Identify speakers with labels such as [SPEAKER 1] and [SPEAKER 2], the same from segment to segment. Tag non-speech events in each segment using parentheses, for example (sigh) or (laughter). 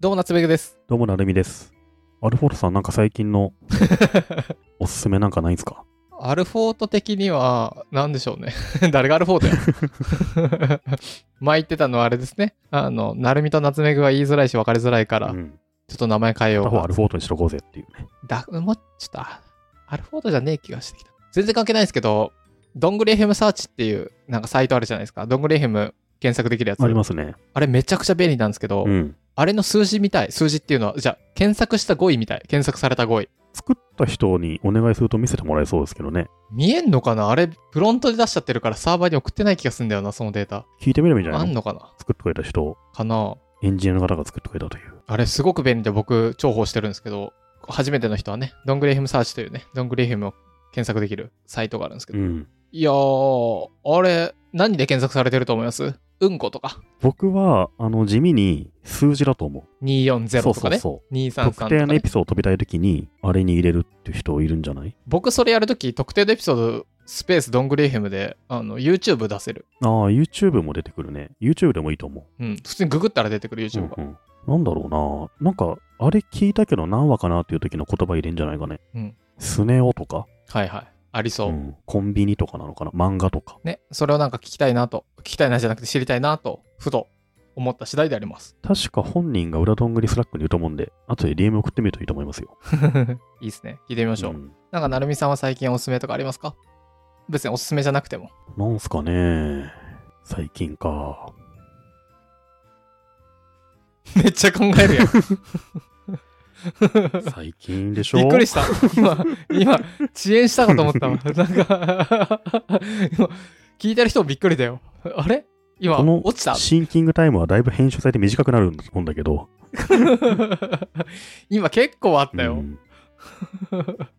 [SPEAKER 1] どうも、夏目です。
[SPEAKER 2] どうも、なるみです。アルフォートさん、なんか最近のおすすめなんかないんすか
[SPEAKER 1] (laughs) アルフォート的には、なんでしょうね。 (laughs) 誰がアルフォートや。 (laughs) 前言ってたのはあれですね。あの、なるみと夏目が言いづらいし分かりづらいから、
[SPEAKER 2] う
[SPEAKER 1] ちょ
[SPEAKER 2] ん。
[SPEAKER 1] っと名前変えよう
[SPEAKER 2] 他方ア
[SPEAKER 1] か
[SPEAKER 2] ル。フォートにしとこうぜっていうね。
[SPEAKER 1] だもうちょっと、あアルフォートじゃねえ気がしてきた。全然関係ないですけど、どんぐり FM サーチっていう、なんかサイトあるじゃないですか。どんぐり FM 検索できるやつ。
[SPEAKER 2] ありますね。
[SPEAKER 1] あれめちゃくちゃ便利なんですけど、
[SPEAKER 2] うん。
[SPEAKER 1] あれの数字みたい。数字っていうのは、じゃあ、検索した5位みたい。検索された5位。
[SPEAKER 2] 作った人にお願いすると見せてもらえそうですけどね。
[SPEAKER 1] 見えんのかなあれ、フロントで出しちゃってるからサーバーに送ってない気がするんだよな、そのデータ。
[SPEAKER 2] 聞いてみればいいんじゃ
[SPEAKER 1] あ
[SPEAKER 2] ない
[SPEAKER 1] ん
[SPEAKER 2] の
[SPEAKER 1] のかな
[SPEAKER 2] 作ってくれた人を、
[SPEAKER 1] かな
[SPEAKER 2] エンジニアの方が作ってくれたという。
[SPEAKER 1] あれ、すごく便利で僕、重宝してるんですけど、初めての人はね、どんぐり FM サーチというね、どんぐり FM を検索できるサイトがあるんですけ
[SPEAKER 2] う
[SPEAKER 1] ど。
[SPEAKER 2] ん。
[SPEAKER 1] いやー、あれ、何で検索されてると思いますうんことか。
[SPEAKER 2] 僕は、あの、地味に数字だと思う。
[SPEAKER 1] 240
[SPEAKER 2] そ
[SPEAKER 1] と
[SPEAKER 2] うそ
[SPEAKER 1] か
[SPEAKER 2] う
[SPEAKER 1] ね。
[SPEAKER 2] そう。
[SPEAKER 1] 233と
[SPEAKER 2] 特
[SPEAKER 1] か、
[SPEAKER 2] 定のエ
[SPEAKER 1] ね
[SPEAKER 2] ピ。ソード飛びたいときに、あれに入れるっていう人いるんじゃない
[SPEAKER 1] 僕、それやるとき、特定のエピソード、スペースどんぐり FM で、あの、YouTube 出せる。
[SPEAKER 2] ああ、YouTube も出てくるね。YouTube でもいいと思う。
[SPEAKER 1] うん、普通にググったら出てくる YouTube が。
[SPEAKER 2] うんうん、なんだろうな。なんか、あれ聞いたけど何話かなっていう時の言葉入れんじゃないかね。
[SPEAKER 1] うん
[SPEAKER 2] スネ夫とか、
[SPEAKER 1] はいはい。ありそう。
[SPEAKER 2] うんコンビニとかなのかな、漫画とか。
[SPEAKER 1] ね、それをなんか聞きたいなと、聞きたいなじゃなくて知りたいなと、ふと思った次第であり (laughs) ます。
[SPEAKER 2] 確か本人が裏どんぐりスラックにいると思うんで、後で DM 送ってみるといいと思いますよ。
[SPEAKER 1] いいですね。聞いてみましょう。
[SPEAKER 2] うん
[SPEAKER 1] なんか、なるみさんは最近おすすめとかありますか別におすすめじゃなくても。
[SPEAKER 2] なんすかね。最
[SPEAKER 1] (laughs)
[SPEAKER 2] 近か。
[SPEAKER 1] めっちゃ考え (laughs) るやん。
[SPEAKER 2] 最近でしょ
[SPEAKER 1] びっくりした。今、今、遅延したかと思ったわ。なんか今、聞いてる人もびっくりだよ。あれ今、
[SPEAKER 2] この
[SPEAKER 1] 落ちた
[SPEAKER 2] シンキングタイムはだいぶ編集されて短くなると思うんだけど。
[SPEAKER 1] (laughs) 今結構あったよ。
[SPEAKER 2] うん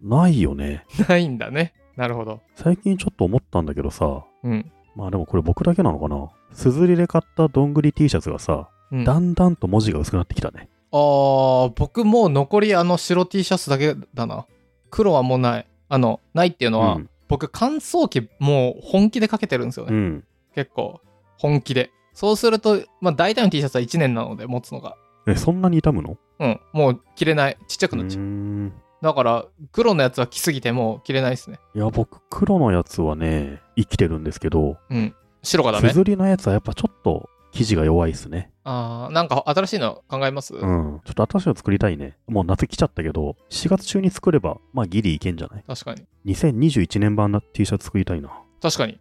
[SPEAKER 2] ないよね。
[SPEAKER 1] ないんだね。なるほど。
[SPEAKER 2] 最近ちょっと思ったんだけどさ、
[SPEAKER 1] うん。
[SPEAKER 2] まあでもこれ僕だけなのかな。すずりで買ったどんぐり T シャツがさ、
[SPEAKER 1] うん、
[SPEAKER 2] だんだんと文字が薄くなってきたね。
[SPEAKER 1] あー、僕もう残りあの白 T シャツだけだな。黒はもうない。あの、ないっていうのは、
[SPEAKER 2] うん
[SPEAKER 1] 僕乾燥機もう本気でかけてるんですよ
[SPEAKER 2] う
[SPEAKER 1] ね。
[SPEAKER 2] ん。
[SPEAKER 1] 結構、本気で。そうすると、まあ大体の T シャツは1年なので持つのが。
[SPEAKER 2] え、そんなに傷むの
[SPEAKER 1] うん、もう着れない。ちっちゃ
[SPEAKER 2] う
[SPEAKER 1] くなっちゃう。
[SPEAKER 2] ーん。
[SPEAKER 1] だから、黒のやつは着すぎてもう着れないですね。
[SPEAKER 2] いや、僕、黒のやつはね、生きてるんですけど、
[SPEAKER 1] うん。白がダ
[SPEAKER 2] す
[SPEAKER 1] メ
[SPEAKER 2] ずりのやつはやっぱちょっと生地が弱いっすね。
[SPEAKER 1] あー、なんか新しいの考えます、
[SPEAKER 2] うん。ちょっと新しいの作りたいね。もう夏来ちゃったけど、4月中に作れば、まあギリいけんじゃない
[SPEAKER 1] 確かに。
[SPEAKER 2] ?2021 年版の T シャツ作りたいな。
[SPEAKER 1] 確かに。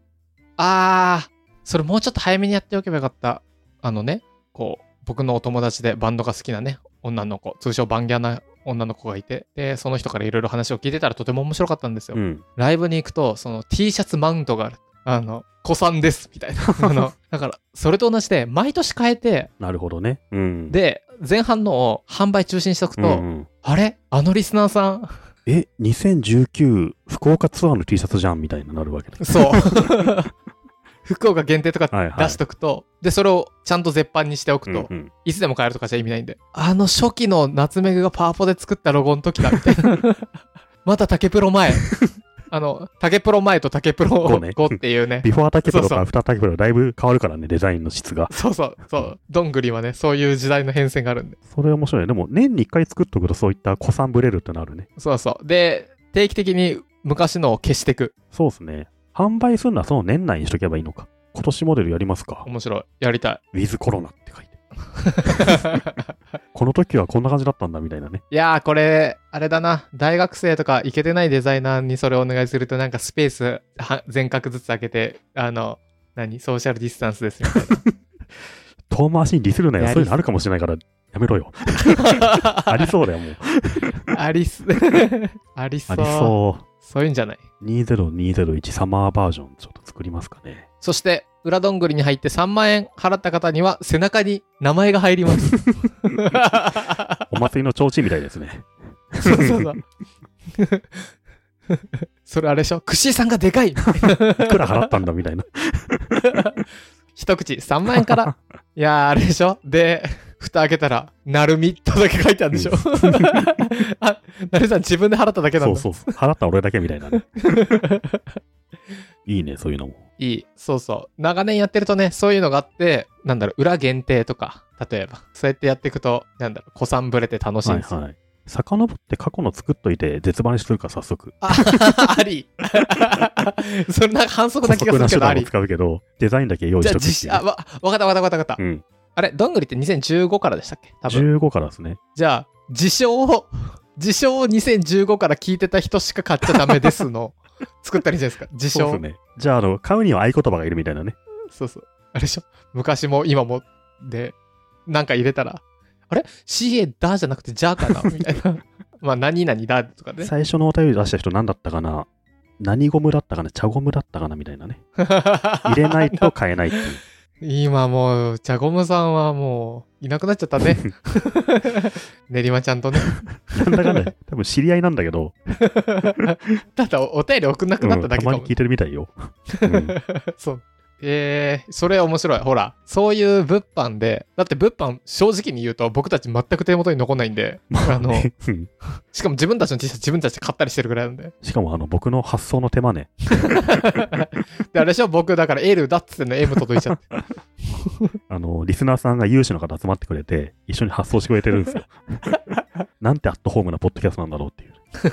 [SPEAKER 1] あー、それもうちょっと早めにやっておけばよかった。あのね、こう、僕のお友達でバンドが好きなね、女の子、通称バンギャな女の子がいて、で、その人からいろいろ話を聞いてたらとても面白かったんですよ。
[SPEAKER 2] うん。
[SPEAKER 1] ライブに行くと、その T シャツマウントがある。あの、子さんです、みたいな。 (laughs) あの、だから、それと同じで、毎年変えて、
[SPEAKER 2] なるほどね。うん。、
[SPEAKER 1] で、前半のを販売中止にしとくと、
[SPEAKER 2] うんうん、
[SPEAKER 1] あれあのリスナーさん、
[SPEAKER 2] え、2019福岡ツアーの T シャツじゃんみたいになるわけね。
[SPEAKER 1] そう。福岡限定とか
[SPEAKER 2] はいはい
[SPEAKER 1] 出しとくと、で、それをちゃんと絶版にしておくと、
[SPEAKER 2] うんうん
[SPEAKER 1] いつでも買えるとかじゃ意味ないんで、あの初期の夏目がパワポで作ったロゴの時だ、みたい
[SPEAKER 2] (laughs)
[SPEAKER 1] な。また竹プロ前。あの、竹プロ前と竹プロ
[SPEAKER 2] 後ね
[SPEAKER 1] 後っていうね。
[SPEAKER 2] ビフォータケプロ
[SPEAKER 1] そ
[SPEAKER 2] と
[SPEAKER 1] うそう
[SPEAKER 2] かアフタータケプロだいぶ変わるからね、デザインの質が。
[SPEAKER 1] そうそう、そう。どんぐりはね、そういう時代の変遷があるんで。
[SPEAKER 2] それ面白いね。でも、年に一回作っとくとそういった古参ブレるってなるね。
[SPEAKER 1] そうそう。で、定期的に昔のを消していく。
[SPEAKER 2] そうですね。販売するのはその年内にしとけばいいのか。今年モデルやりますか。
[SPEAKER 1] 面白い。やりた
[SPEAKER 2] with コロナって書いて。
[SPEAKER 1] い。
[SPEAKER 2] この時はこんな感じだったんだみたいなね。
[SPEAKER 1] いやー、これ、あれだな。大学生とか、イケてないデザイナーにそれをお願いすると、なんかスペースは、全角ずつ開けて、あの、何ソーシャルディスタンスですみたい
[SPEAKER 2] 遠回しにディスるなよ。
[SPEAKER 1] やり
[SPEAKER 2] そういうのあるかもしれないから、やめろ (laughs) よ。ありそうだよ、もう。
[SPEAKER 1] な。 (laughs) ありす、ありそう
[SPEAKER 2] ありそ
[SPEAKER 1] そういうんじゃない。
[SPEAKER 2] う。20201サマーバージョン、ちょっと作りますかね。
[SPEAKER 1] そして、裏どんぐりに入って3万円払った方には、背中に名前が入り (laughs) ます。
[SPEAKER 2] お祭りの提灯みたいですね。
[SPEAKER 1] そうそう (laughs) そう。それあれでしょクシーさんがでかい
[SPEAKER 2] いくら払ったんだみたいな。
[SPEAKER 1] 一口3万円
[SPEAKER 2] (laughs)
[SPEAKER 1] から。いやー、あれでしょで、蓋開けたら、なるみとだけ書いてあるんでしょ、
[SPEAKER 2] う
[SPEAKER 1] (laughs) あ、なるみさん自分で払っただけなんだ。 (laughs)
[SPEAKER 2] そうそうそう。払った俺だけみたいなね。いいね、そういうのも。
[SPEAKER 1] いい。そうそう。長年やってるとね、そういうのがあって、なんだろう、裏限定とか、例えば。そうやってやっていくと、なんだろう、子さんぶれて楽しいん
[SPEAKER 2] はい
[SPEAKER 1] ですよ。
[SPEAKER 2] はい。遡って過去の作っといて絶版にしとるから早速。
[SPEAKER 1] あ (laughs) ありそれなんか反則な気がするけ
[SPEAKER 2] 手
[SPEAKER 1] ど、あ
[SPEAKER 2] 段を
[SPEAKER 1] り。
[SPEAKER 2] 使うけど、デザインだけ用意
[SPEAKER 1] じ
[SPEAKER 2] し
[SPEAKER 1] ゃあ
[SPEAKER 2] とくって
[SPEAKER 1] 実
[SPEAKER 2] いう
[SPEAKER 1] 写、あ、わ、わかったわかったわかったわかった。
[SPEAKER 2] うん。
[SPEAKER 1] あれ、どんぐりって2015からでしたっけ多分。
[SPEAKER 2] 15からですね。
[SPEAKER 1] じゃあ、自称を、 (laughs) 自称を2015から聞いてた人しか買っちゃダメです
[SPEAKER 2] (laughs)
[SPEAKER 1] の、作ったらいいんじゃないですか。自
[SPEAKER 2] そうで
[SPEAKER 1] 称
[SPEAKER 2] す。ね。じゃあ、あの、買うには合言葉がいるみたいなね。
[SPEAKER 1] そうそう。あれでしょ昔も今もで、なんか入れたら、あれ ?CA だじゃなくてじゃか
[SPEAKER 2] (laughs)
[SPEAKER 1] なみたいな。まあ、何々だとかね。
[SPEAKER 2] 最初のお便り出した人何だったかな何ゴムだったかな茶ゴムだったかなみたい
[SPEAKER 1] (laughs)
[SPEAKER 2] なね。入れないと。買えないっていう。
[SPEAKER 1] 今もう、ジャゴムさんはもう、いなくなっちゃった
[SPEAKER 2] (laughs)
[SPEAKER 1] ね。 (laughs) 練馬ちゃんとね。 (laughs)
[SPEAKER 2] なんだかんだ、多分知り合いなんだけど、
[SPEAKER 1] ただお、お便り送んなくなっただけか
[SPEAKER 2] うん
[SPEAKER 1] も。
[SPEAKER 2] たまに聞いてるみたいよ。
[SPEAKER 1] (laughs)
[SPEAKER 2] うん
[SPEAKER 1] そう。えー、それ面白い。ほら、そういう物販で、だって物販、正直に言うと僕たち全く手元に残んないんで、あの、 (laughs)
[SPEAKER 2] うん
[SPEAKER 1] しかも自分たちの T シャツ自分たちで買ったりしてるぐらいなんで。
[SPEAKER 2] しかも、あの、僕の発想の手間ね。
[SPEAKER 1] で、あれでしょ僕、だから L だっつってんの M 届いちゃ
[SPEAKER 2] (laughs)
[SPEAKER 1] って。
[SPEAKER 2] あの、リスナーさんが有志の方集まってくれて、一緒に発送してくれてるんです
[SPEAKER 1] (laughs)
[SPEAKER 2] よ。なんてアットホームなポッドキャストなんだろうって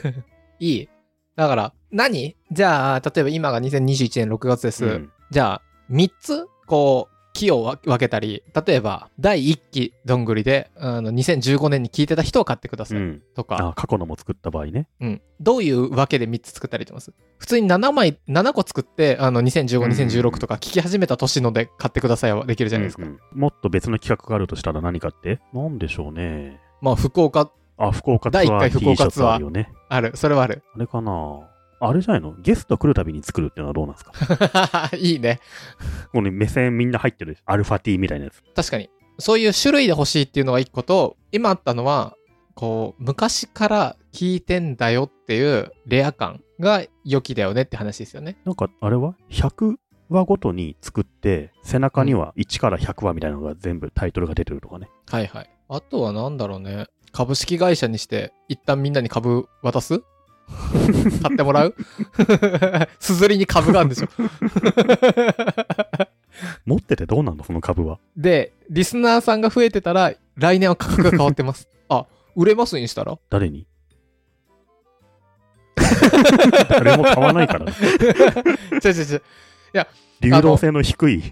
[SPEAKER 2] いう。
[SPEAKER 1] いい。だから、何じゃあ、例えば今が2021年6月です。
[SPEAKER 2] うん
[SPEAKER 1] じゃあ、3つ、こう、期をわ分けたり、例えば、第1期どんぐりで、あの、2015年に聞いてた人を買ってくださ
[SPEAKER 2] う
[SPEAKER 1] い。
[SPEAKER 2] ん。
[SPEAKER 1] とか、
[SPEAKER 2] あ、過去のも作った場合ね。
[SPEAKER 1] うん。どういうわけで3つ作ったりしてます普通に7枚、7個作って、あの、2015、2016とか聞き始めた年ので買ってくださいはできるじゃないですか。
[SPEAKER 2] うんうんもっと別の企画があるとしたら何かってなんでしょうね。
[SPEAKER 1] まあ、福岡
[SPEAKER 2] あ、福岡ツア
[SPEAKER 1] 第一回
[SPEAKER 2] ー T
[SPEAKER 1] 福
[SPEAKER 2] シャ
[SPEAKER 1] 岡
[SPEAKER 2] ツ
[SPEAKER 1] ツアー
[SPEAKER 2] あるよね。
[SPEAKER 1] ある。それはある。 (laughs)
[SPEAKER 2] あれかなあれじゃないのゲスト来るたびに作るっていうのはどうなん
[SPEAKER 1] (laughs)
[SPEAKER 2] ですか
[SPEAKER 1] いいね。
[SPEAKER 2] この目線みんな入ってるアルファ T みたいなやつ。
[SPEAKER 1] 確かにそういう種類で欲しいっていうのが一個と今あったのはこう昔から聞いてんだよっていうレア感が良きだよねって話ですよね
[SPEAKER 2] なんかあれは ?100 話ごとに作って、背中には1から100話みたいなのが全部タイトルが出てるとかね。
[SPEAKER 1] はいはいあとは何だろうね株式会社にして一旦みんなに株渡 (laughs) す買ってもらう (laughs) すずりに株があるんでしょ
[SPEAKER 2] 持っててどうなんのその株は。
[SPEAKER 1] でリスナーさんが増えてたら来年は価格が変わってますあ売れますにした (laughs) ら
[SPEAKER 2] 誰に (laughs) 誰も買わないから (laughs) ね。
[SPEAKER 1] 違う違う違う
[SPEAKER 2] 流動性の低い。 (laughs)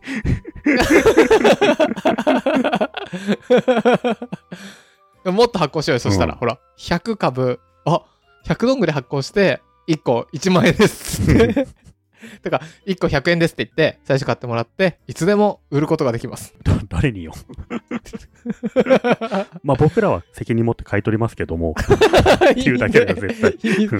[SPEAKER 1] (laughs) もっと発行しようよ、そしたら、
[SPEAKER 2] うん
[SPEAKER 1] ほら、100株、あ100ドングで発行して、1個1万円です
[SPEAKER 2] (laughs)
[SPEAKER 1] って。とか、1個100円ですって言って、最初買ってもらって、いつでも売ることができます。
[SPEAKER 2] 誰によ。まあ僕らは責任持って買い取りますけども。
[SPEAKER 1] い
[SPEAKER 2] (laughs) 言うだけだよ絶対
[SPEAKER 1] 対。 (laughs)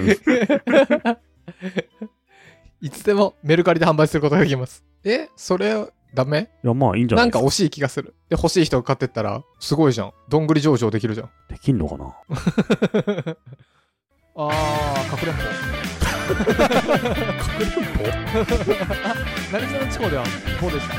[SPEAKER 1] いつでもメルカリで販売することができます。え、それ、ダメ
[SPEAKER 2] いやまあいいんじゃ
[SPEAKER 1] な
[SPEAKER 2] ない
[SPEAKER 1] ん
[SPEAKER 2] ですか
[SPEAKER 1] か。惜しい気がする。で、欲しい人が買ってったら、すごいじゃん。どんぐり上場できるじゃん。
[SPEAKER 2] できんのかな
[SPEAKER 1] あー、隠れんぼ。 (laughs) 成瀬の地方では棒でした。あ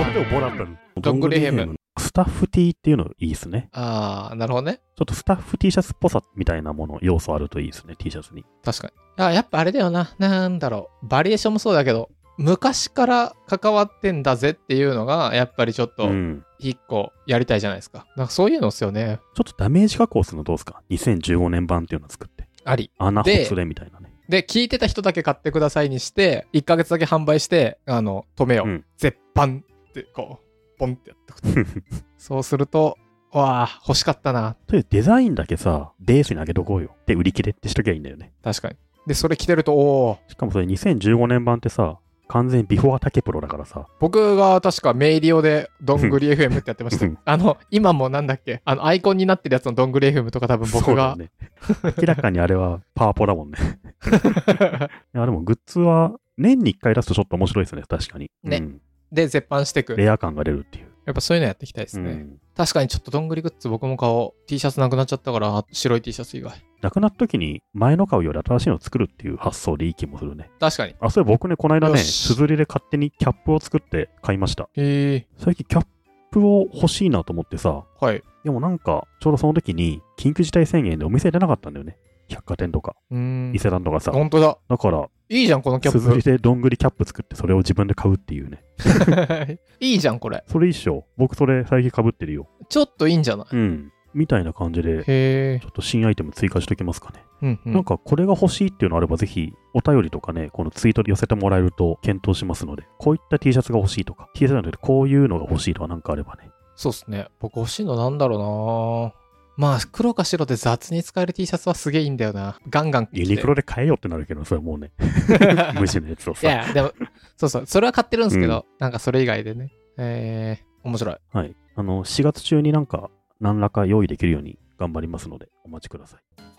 [SPEAKER 1] ー
[SPEAKER 2] これでもボラったの。
[SPEAKER 1] どんぐりヘム
[SPEAKER 2] どんぐりスタッフ T っていうのいいですね。
[SPEAKER 1] あー、なるほどね。
[SPEAKER 2] ちょっとスタッフ T シャツっぽさみたいなもの、要素あるといいですね、T シャツに。
[SPEAKER 1] 確かに。あやっぱあれだよな。なんだろう。バリエーションもそうだけど、昔から関わってんだぜっていうのが、やっぱりちょっと
[SPEAKER 2] ん。
[SPEAKER 1] 一個やりたいじゃないですか。なんかそういうのっすよね。
[SPEAKER 2] ちょっとダメージ加工するのどうですか ?2015 年版っていうの作って。
[SPEAKER 1] あり。
[SPEAKER 2] 穴ほ
[SPEAKER 1] で
[SPEAKER 2] つれみたいなね。
[SPEAKER 1] で、聞いてた人だけ買ってくださいにして、1ヶ月だけ販売して、あの、止めよう。
[SPEAKER 2] うん
[SPEAKER 1] 絶版って、こう、ポンってやってくる
[SPEAKER 2] (laughs)
[SPEAKER 1] そうすると、わあ、欲しかったな。
[SPEAKER 2] とりあえずデザインだけさ、ベースにあげとこうよ。で、売り切れってしときゃいいんだよね。
[SPEAKER 1] 確かに。で、それ着てると、おお、
[SPEAKER 2] しかもそれ2015年版ってさ、完全ビフォアタケプロだからさ、
[SPEAKER 1] 僕が確かメイリオでどんぐり FM ってやってました (laughs)
[SPEAKER 2] うん。
[SPEAKER 1] あの、今もなんだっけあの、アイコンになってるやつのどんぐり FM とか多分
[SPEAKER 2] そ
[SPEAKER 1] 僕
[SPEAKER 2] うだ
[SPEAKER 1] が
[SPEAKER 2] よ。ね、 (laughs) 明らかにあれはパワポだも
[SPEAKER 1] (laughs)
[SPEAKER 2] んね。いや、でもグッズは年に1回出すとちょっと面白いですね、確かに。
[SPEAKER 1] ね
[SPEAKER 2] うん
[SPEAKER 1] で、絶版していく。や
[SPEAKER 2] レア感が出るっていう。
[SPEAKER 1] っぱそういうのやっていきたいですね。
[SPEAKER 2] うん
[SPEAKER 1] 確かにちょっとどんぐりグッズ僕も買おう。T シャツなくなっちゃったから、白い T シャツ以外。
[SPEAKER 2] なくなった時に前の顔より新しいのを作るっていう発想でいい気もするね。
[SPEAKER 1] 確かに。
[SPEAKER 2] あ、それ僕ね、この間
[SPEAKER 1] よ
[SPEAKER 2] ね、
[SPEAKER 1] し
[SPEAKER 2] すずりで勝手にキャップを作って買いました。
[SPEAKER 1] へえ
[SPEAKER 2] 最近キャップを欲しいなと思ってさ、
[SPEAKER 1] はい。
[SPEAKER 2] でもなんか、ちょうどその時に緊急事態宣言でお店出なかったんだよね。百貨店とか、
[SPEAKER 1] うーん
[SPEAKER 2] 伊。勢丹とかさ。
[SPEAKER 1] 本当だ。
[SPEAKER 2] だから、
[SPEAKER 1] いいじゃん、このキャ
[SPEAKER 2] すずり
[SPEAKER 1] ッ
[SPEAKER 2] でどんぐりキャップ作って、それを自分で買うっていうね。
[SPEAKER 1] プ。 (laughs) いいじゃん、これ。
[SPEAKER 2] それ一緒。僕それ最近被ってるよ。
[SPEAKER 1] ちょっといいんじゃない
[SPEAKER 2] うん。みたいな感じで、
[SPEAKER 1] へえ
[SPEAKER 2] ち。ょっと新アイテム追加しときますかね。
[SPEAKER 1] うんう
[SPEAKER 2] なん
[SPEAKER 1] ん。
[SPEAKER 2] かこれが欲しいっていうのあれば、ぜひお便りとかね、このツイートで寄せてもらえると検討しますので、こういった T シャツが欲しいとか、T シャツじゃなくてこういうのが欲しいとかなんかあればね。
[SPEAKER 1] そうっすね。僕欲しいのなんだろうなまあ、黒か白で雑に使える T シャツはすげえいいんだよな。ガンガン着て
[SPEAKER 2] ユニクロで買えよってなるけど、それはもう
[SPEAKER 1] (laughs)
[SPEAKER 2] ね、無視のやつを
[SPEAKER 1] い
[SPEAKER 2] さ。
[SPEAKER 1] や、でも、そうそう、それは買ってるんですけど、なんかそれ以外でね。えー、面白い。
[SPEAKER 2] はい。あの、4月中になんか、何らか用意できるように頑張りますので、お待ちください。